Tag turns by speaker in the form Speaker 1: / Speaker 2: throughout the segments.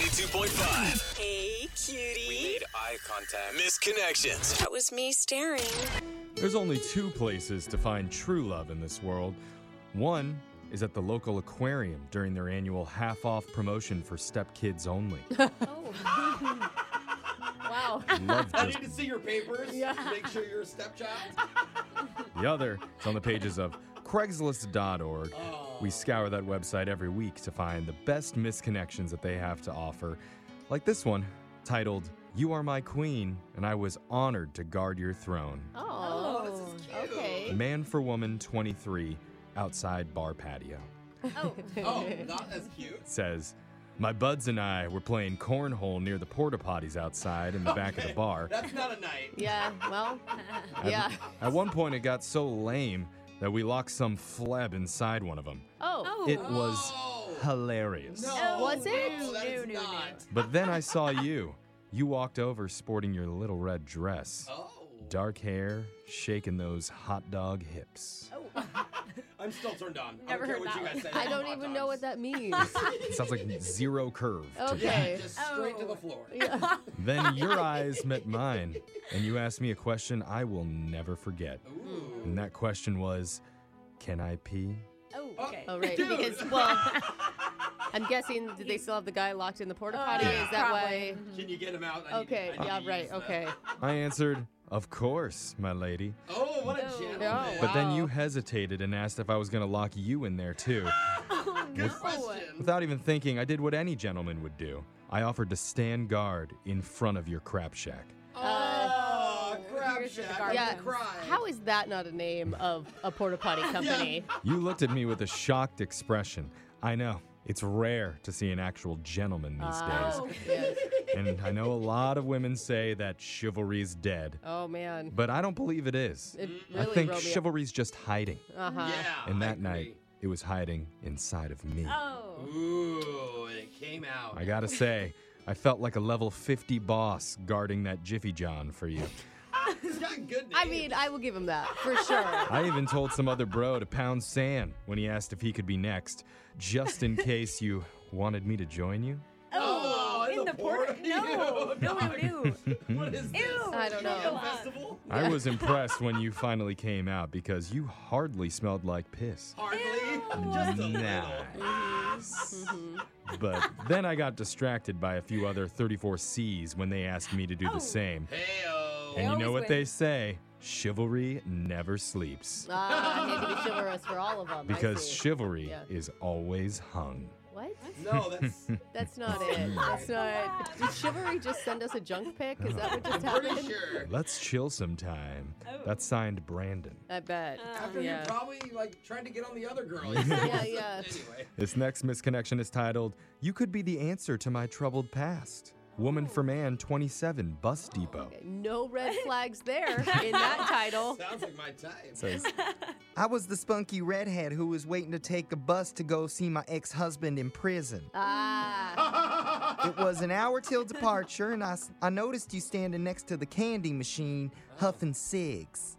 Speaker 1: 102.5.
Speaker 2: Hey, cutie.
Speaker 1: Made eye contact. Misconnections.
Speaker 2: That was me staring.
Speaker 3: There's only two places to find true love in this world. One is at the local aquarium during their annual half off promotion for stepkids only.
Speaker 4: Wow.
Speaker 3: Love
Speaker 5: I
Speaker 3: just
Speaker 5: need to see your papers. Make sure you're a stepchild.
Speaker 3: the other. It's on the pages of Craigslist.org. We
Speaker 5: Oh.
Speaker 3: scour that website every week to find the best misconnections that they have to offer, like this one titled, You Are My Queen, and I Was Honored to Guard Your Throne.
Speaker 4: Oh, okay.
Speaker 3: Man for Woman 23 outside bar patio.
Speaker 5: Oh, not as cute.
Speaker 3: says, My buds and I were playing cornhole near the porta potties outside in the back of the bar.
Speaker 5: That's not a night.
Speaker 4: Yeah, well,
Speaker 3: At-
Speaker 4: yeah.
Speaker 3: At one point, it got so lame that we locked some fleb inside one of them.
Speaker 4: Oh,
Speaker 3: It was
Speaker 5: Oh.
Speaker 3: hilarious.
Speaker 5: No.
Speaker 4: was it?
Speaker 5: No, that is
Speaker 6: No, no, no.
Speaker 5: not.
Speaker 3: But then I saw you. You walked over sporting your little red dress,
Speaker 5: Oh.
Speaker 3: dark hair, shaking those hot dog hips.
Speaker 5: Oh. I'm still turned on.
Speaker 6: Never heard
Speaker 5: I don't care
Speaker 6: that
Speaker 5: what you guys say.
Speaker 4: I don't
Speaker 5: Hot
Speaker 4: even
Speaker 5: dogs.
Speaker 4: know what that means.
Speaker 3: It sounds like zero curve. to me.
Speaker 4: Okay.
Speaker 5: Just straight to
Speaker 6: Oh.
Speaker 5: the floor.
Speaker 4: Yeah.
Speaker 3: Then your eyes met mine, and you asked me a question I will never forget.
Speaker 5: Ooh.
Speaker 3: And that question was, can I pee?
Speaker 6: Oh,
Speaker 5: Oh,
Speaker 6: okay.
Speaker 4: Oh, right.
Speaker 5: Dude.
Speaker 4: Because, well, I'm guessing, did they still have the guy locked in the porta potty?
Speaker 5: yeah.
Speaker 4: Is that
Speaker 6: Probably.
Speaker 4: why?
Speaker 5: Can you get him out? I need-
Speaker 4: Okay,
Speaker 5: I need
Speaker 4: yeah,
Speaker 5: to use
Speaker 4: right,
Speaker 5: that.
Speaker 4: okay.
Speaker 3: I answered, of course, my lady.
Speaker 5: Oh, what a gentleman.
Speaker 4: Yeah,
Speaker 3: But then
Speaker 4: Wow.
Speaker 3: you hesitated and asked if I was going to lock you in there too.
Speaker 5: Good
Speaker 3: With-
Speaker 5: question.
Speaker 3: without even thinking, I did what any gentleman would do. I offered to stand guard in front of your crap shack.
Speaker 5: Oh,
Speaker 4: Uh,
Speaker 5: crap
Speaker 6: Here's to the
Speaker 5: shack.
Speaker 6: garbage.
Speaker 5: Yeah.
Speaker 4: Yeah.
Speaker 5: Cry.
Speaker 4: How is that not a name of a porta potty company?
Speaker 3: You looked at me with a shocked expression. I know, it's rare to see an actual gentleman these
Speaker 4: Ah.
Speaker 3: days.
Speaker 4: Yes.
Speaker 3: And I know a lot of women say that chivalry is dead,
Speaker 4: Oh, man.
Speaker 3: but I don't believe it is.
Speaker 4: It
Speaker 3: I
Speaker 4: really
Speaker 3: think
Speaker 4: wrote me
Speaker 3: chivalry's just hiding.
Speaker 4: Uh huh.
Speaker 5: yeah.
Speaker 3: And
Speaker 5: I
Speaker 3: that
Speaker 5: agree.
Speaker 3: night, it was hiding inside of me.
Speaker 6: Oh.
Speaker 5: Ooh, and it came out.
Speaker 3: I gotta say, I felt like a level 50 boss guarding that Jiffy John for you.
Speaker 5: He's got good names.
Speaker 4: I mean, I will give him that for sure.
Speaker 3: I even told some other bro to pound sand when he asked if he could be next, just in case you wanted me to join you.
Speaker 5: Oh, in
Speaker 6: in
Speaker 5: the
Speaker 6: the porta.
Speaker 5: porta-
Speaker 6: No,
Speaker 5: No.
Speaker 6: no, no, no.
Speaker 5: what is this?
Speaker 6: Ew.
Speaker 4: I don't
Speaker 5: Film
Speaker 4: know.
Speaker 5: festival?
Speaker 3: I was impressed when you finally came out because you hardly smelled like piss.
Speaker 5: Hardly.
Speaker 6: Ew.
Speaker 5: Just a little.
Speaker 3: Nice. But then I got distracted by a few other 34Cs when they asked me to do
Speaker 6: Oh.
Speaker 3: the same.
Speaker 5: Heyo.
Speaker 3: And you know
Speaker 6: always
Speaker 3: what they
Speaker 6: win.
Speaker 3: say chivalry never sleeps.
Speaker 4: Ah, I need to be chivalrous for all of them. I
Speaker 3: Because
Speaker 4: see.
Speaker 3: chivalry
Speaker 4: Yeah.
Speaker 3: is always hung.
Speaker 4: what?
Speaker 5: No, that's
Speaker 4: That's
Speaker 5: Oh
Speaker 4: not it. That's not. Did chivalry just send us a junk pic? Is that what just
Speaker 5: pretty
Speaker 4: happened?
Speaker 5: sure.
Speaker 3: Let's chill sometime. That's signed Brandon.
Speaker 4: I bet.
Speaker 6: Uh.
Speaker 5: After
Speaker 4: yeah.
Speaker 5: you probably like tried to get on the other girl. yeah,
Speaker 4: Yeah, yeah.
Speaker 5: Anyway.
Speaker 3: This next misconnection is titled, You Could Be the Answer to My Troubled Past. Woman for Man 27, Bus Depot.
Speaker 4: No red flags there in that title.
Speaker 5: Sounds like my type.
Speaker 3: Says,
Speaker 7: I was the spunky redhead who was waiting to take a bus to go see my ex husband in prison.
Speaker 4: Ah,
Speaker 7: It was an hour till departure, and I, s- I noticed you standing next to the candy machine huffing cigs.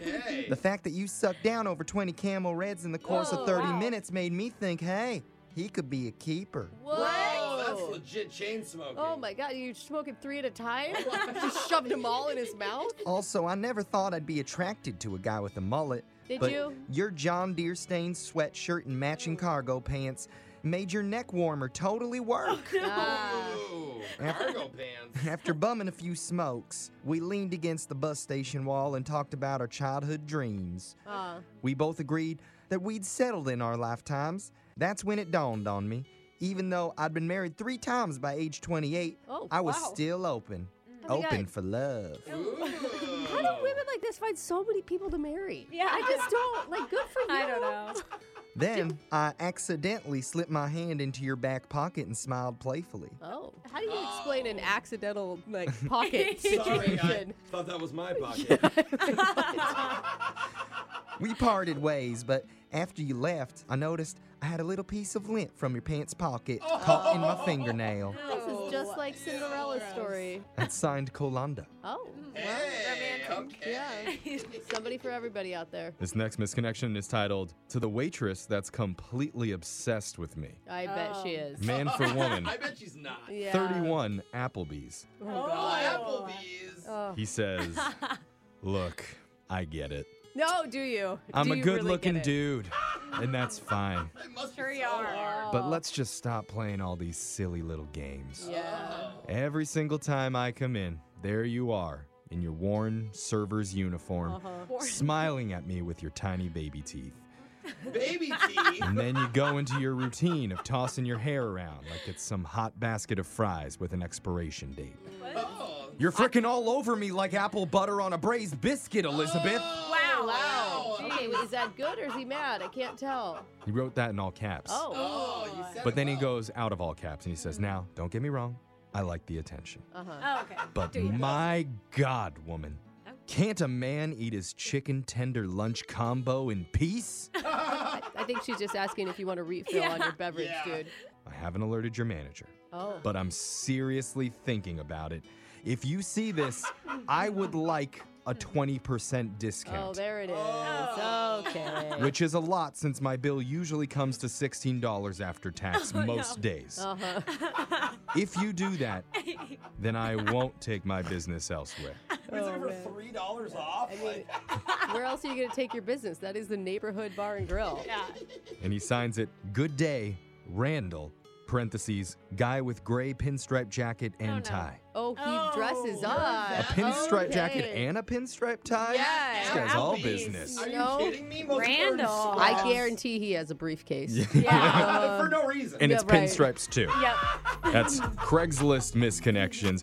Speaker 5: Okay.
Speaker 7: The fact that you sucked down over 20 camel reds in the course
Speaker 4: Whoa,
Speaker 7: of 30
Speaker 4: Oh, wow.
Speaker 7: minutes made me think, hey, he could be a keeper.
Speaker 5: Oh, that's
Speaker 4: whoa.
Speaker 5: legit chain smoking.
Speaker 4: Oh my God, you smoking three at a time? Just shoved them all in his mouth?
Speaker 7: Also, I never thought I'd be attracted to a guy with a mullet.
Speaker 4: Did
Speaker 7: but
Speaker 4: you?
Speaker 7: Your John Deere stained sweatshirt and matching cargo pants made your neck warmer totally
Speaker 4: Oh,
Speaker 7: work.
Speaker 4: Ah.
Speaker 5: Ooh, cargo pants.
Speaker 7: After bumming a few smokes, we leaned against the bus station wall and talked about our childhood dreams.
Speaker 4: Ah.
Speaker 7: We both agreed that we'd settled in our lifetimes. That's when it dawned on me. Even though I'd been married three times by age 28,
Speaker 4: Oh,
Speaker 7: I was
Speaker 4: wow.
Speaker 7: still open.
Speaker 4: Oh my
Speaker 7: Open
Speaker 4: God.
Speaker 7: for love.
Speaker 5: Ooh.
Speaker 4: How do women like this find so many people to marry?
Speaker 6: Yeah.
Speaker 4: I just don't. Like, good for you.
Speaker 6: I don't know.
Speaker 7: Then I accidentally slipped my hand into your back pocket and smiled playfully.
Speaker 4: Oh, how do you explain an accidental like pocket
Speaker 5: Oh. Sorry, I
Speaker 4: situation?
Speaker 5: thought that was my pocket. Yeah.
Speaker 7: We parted ways, but after you left, I noticed I had a little piece of lint from your pants pocket caught in my fingernail.
Speaker 5: Oh.
Speaker 4: This is just like Cinderella's story.
Speaker 7: That's signed Colanda.
Speaker 4: Oh,
Speaker 5: Hey. okay.
Speaker 4: Yeah. Somebody for everybody out there.
Speaker 3: This next misconnection is titled To the Waitress That's Completely Obsessed with Me.
Speaker 4: I bet she
Speaker 6: Oh.
Speaker 4: is.
Speaker 3: Man for woman.
Speaker 5: I bet she's not.
Speaker 4: Yeah.
Speaker 3: 31 Applebee's.
Speaker 4: Oh,
Speaker 6: Oh.
Speaker 5: Oh,
Speaker 4: God.
Speaker 5: Applebee's.
Speaker 4: Oh.
Speaker 3: He says, Look, I get it.
Speaker 4: No, do you?
Speaker 3: I'm
Speaker 4: Do
Speaker 3: a
Speaker 4: you
Speaker 3: good
Speaker 4: really
Speaker 3: looking
Speaker 4: get it?
Speaker 3: dude, and that's fine.
Speaker 5: It must
Speaker 6: Sure
Speaker 5: be
Speaker 6: you
Speaker 5: so
Speaker 6: are.
Speaker 5: hard.
Speaker 3: But let's just stop playing all these silly little games.
Speaker 4: Yeah.
Speaker 5: Oh.
Speaker 3: Every single time I come in, there you are in your worn server's uniform,
Speaker 4: Uh-huh.
Speaker 3: smiling at me with your tiny baby teeth.
Speaker 5: Baby teeth.
Speaker 3: And then you go into your routine of tossing your hair around like it's some hot basket of fries with an expiration date.
Speaker 5: Oh.
Speaker 3: You're freaking all over me like apple butter on a braised biscuit, Elizabeth.
Speaker 6: Wow.
Speaker 5: Oh, Wow.
Speaker 4: Okay, is that good or is he mad? I can't tell.
Speaker 3: He wrote that in all caps.
Speaker 4: Oh.
Speaker 5: Oh, you said
Speaker 3: But then
Speaker 5: it
Speaker 3: he
Speaker 5: well.
Speaker 3: goes out of all caps and he says, Now, don't get me wrong, I like the attention.
Speaker 4: Uh huh.
Speaker 6: Oh, okay.
Speaker 3: But
Speaker 6: Do you?
Speaker 3: my God, woman, can't a man eat his chicken tender lunch combo in peace?
Speaker 4: I think she's just asking if you want to refill on your beverage,
Speaker 5: Yeah.
Speaker 4: dude.
Speaker 3: I haven't alerted your manager,
Speaker 4: Oh.
Speaker 3: but I'm seriously thinking about it. If you see this, I would like a 20%
Speaker 4: Oh,
Speaker 3: discount.
Speaker 4: there it is.
Speaker 5: Oh.
Speaker 4: Okay.
Speaker 3: which is a lot since my bill usually comes to $16 after tax
Speaker 4: Oh,
Speaker 3: most days.
Speaker 4: Uh huh.
Speaker 3: If you do that, then I won't take my business elsewhere.
Speaker 5: Wait, is it for three dollars off? Like,
Speaker 4: Where else are you going to take your business? That is the neighborhood bar and grill.
Speaker 6: Yeah.
Speaker 3: And he signs it, Good Day, Randall, parentheses, guy with gray pinstripe jacket and
Speaker 6: no.
Speaker 3: tie.
Speaker 4: Oh, he
Speaker 6: Oh,
Speaker 4: dresses
Speaker 6: you're
Speaker 4: up.
Speaker 3: A pinstripe jacket
Speaker 4: Okay.
Speaker 3: and a pinstripe tie?
Speaker 6: Yeah,
Speaker 3: This guy's all
Speaker 6: Applebee's.
Speaker 3: business.
Speaker 5: are
Speaker 4: No.
Speaker 5: you kidding me? Most
Speaker 6: Randall.
Speaker 5: birds-
Speaker 4: I guarantee he has a briefcase.
Speaker 5: Yeah, for no reason.
Speaker 3: And
Speaker 4: Yeah,
Speaker 3: it's
Speaker 4: right.
Speaker 3: pinstripes too.
Speaker 6: Yep.
Speaker 3: That's Craigslist misconnections.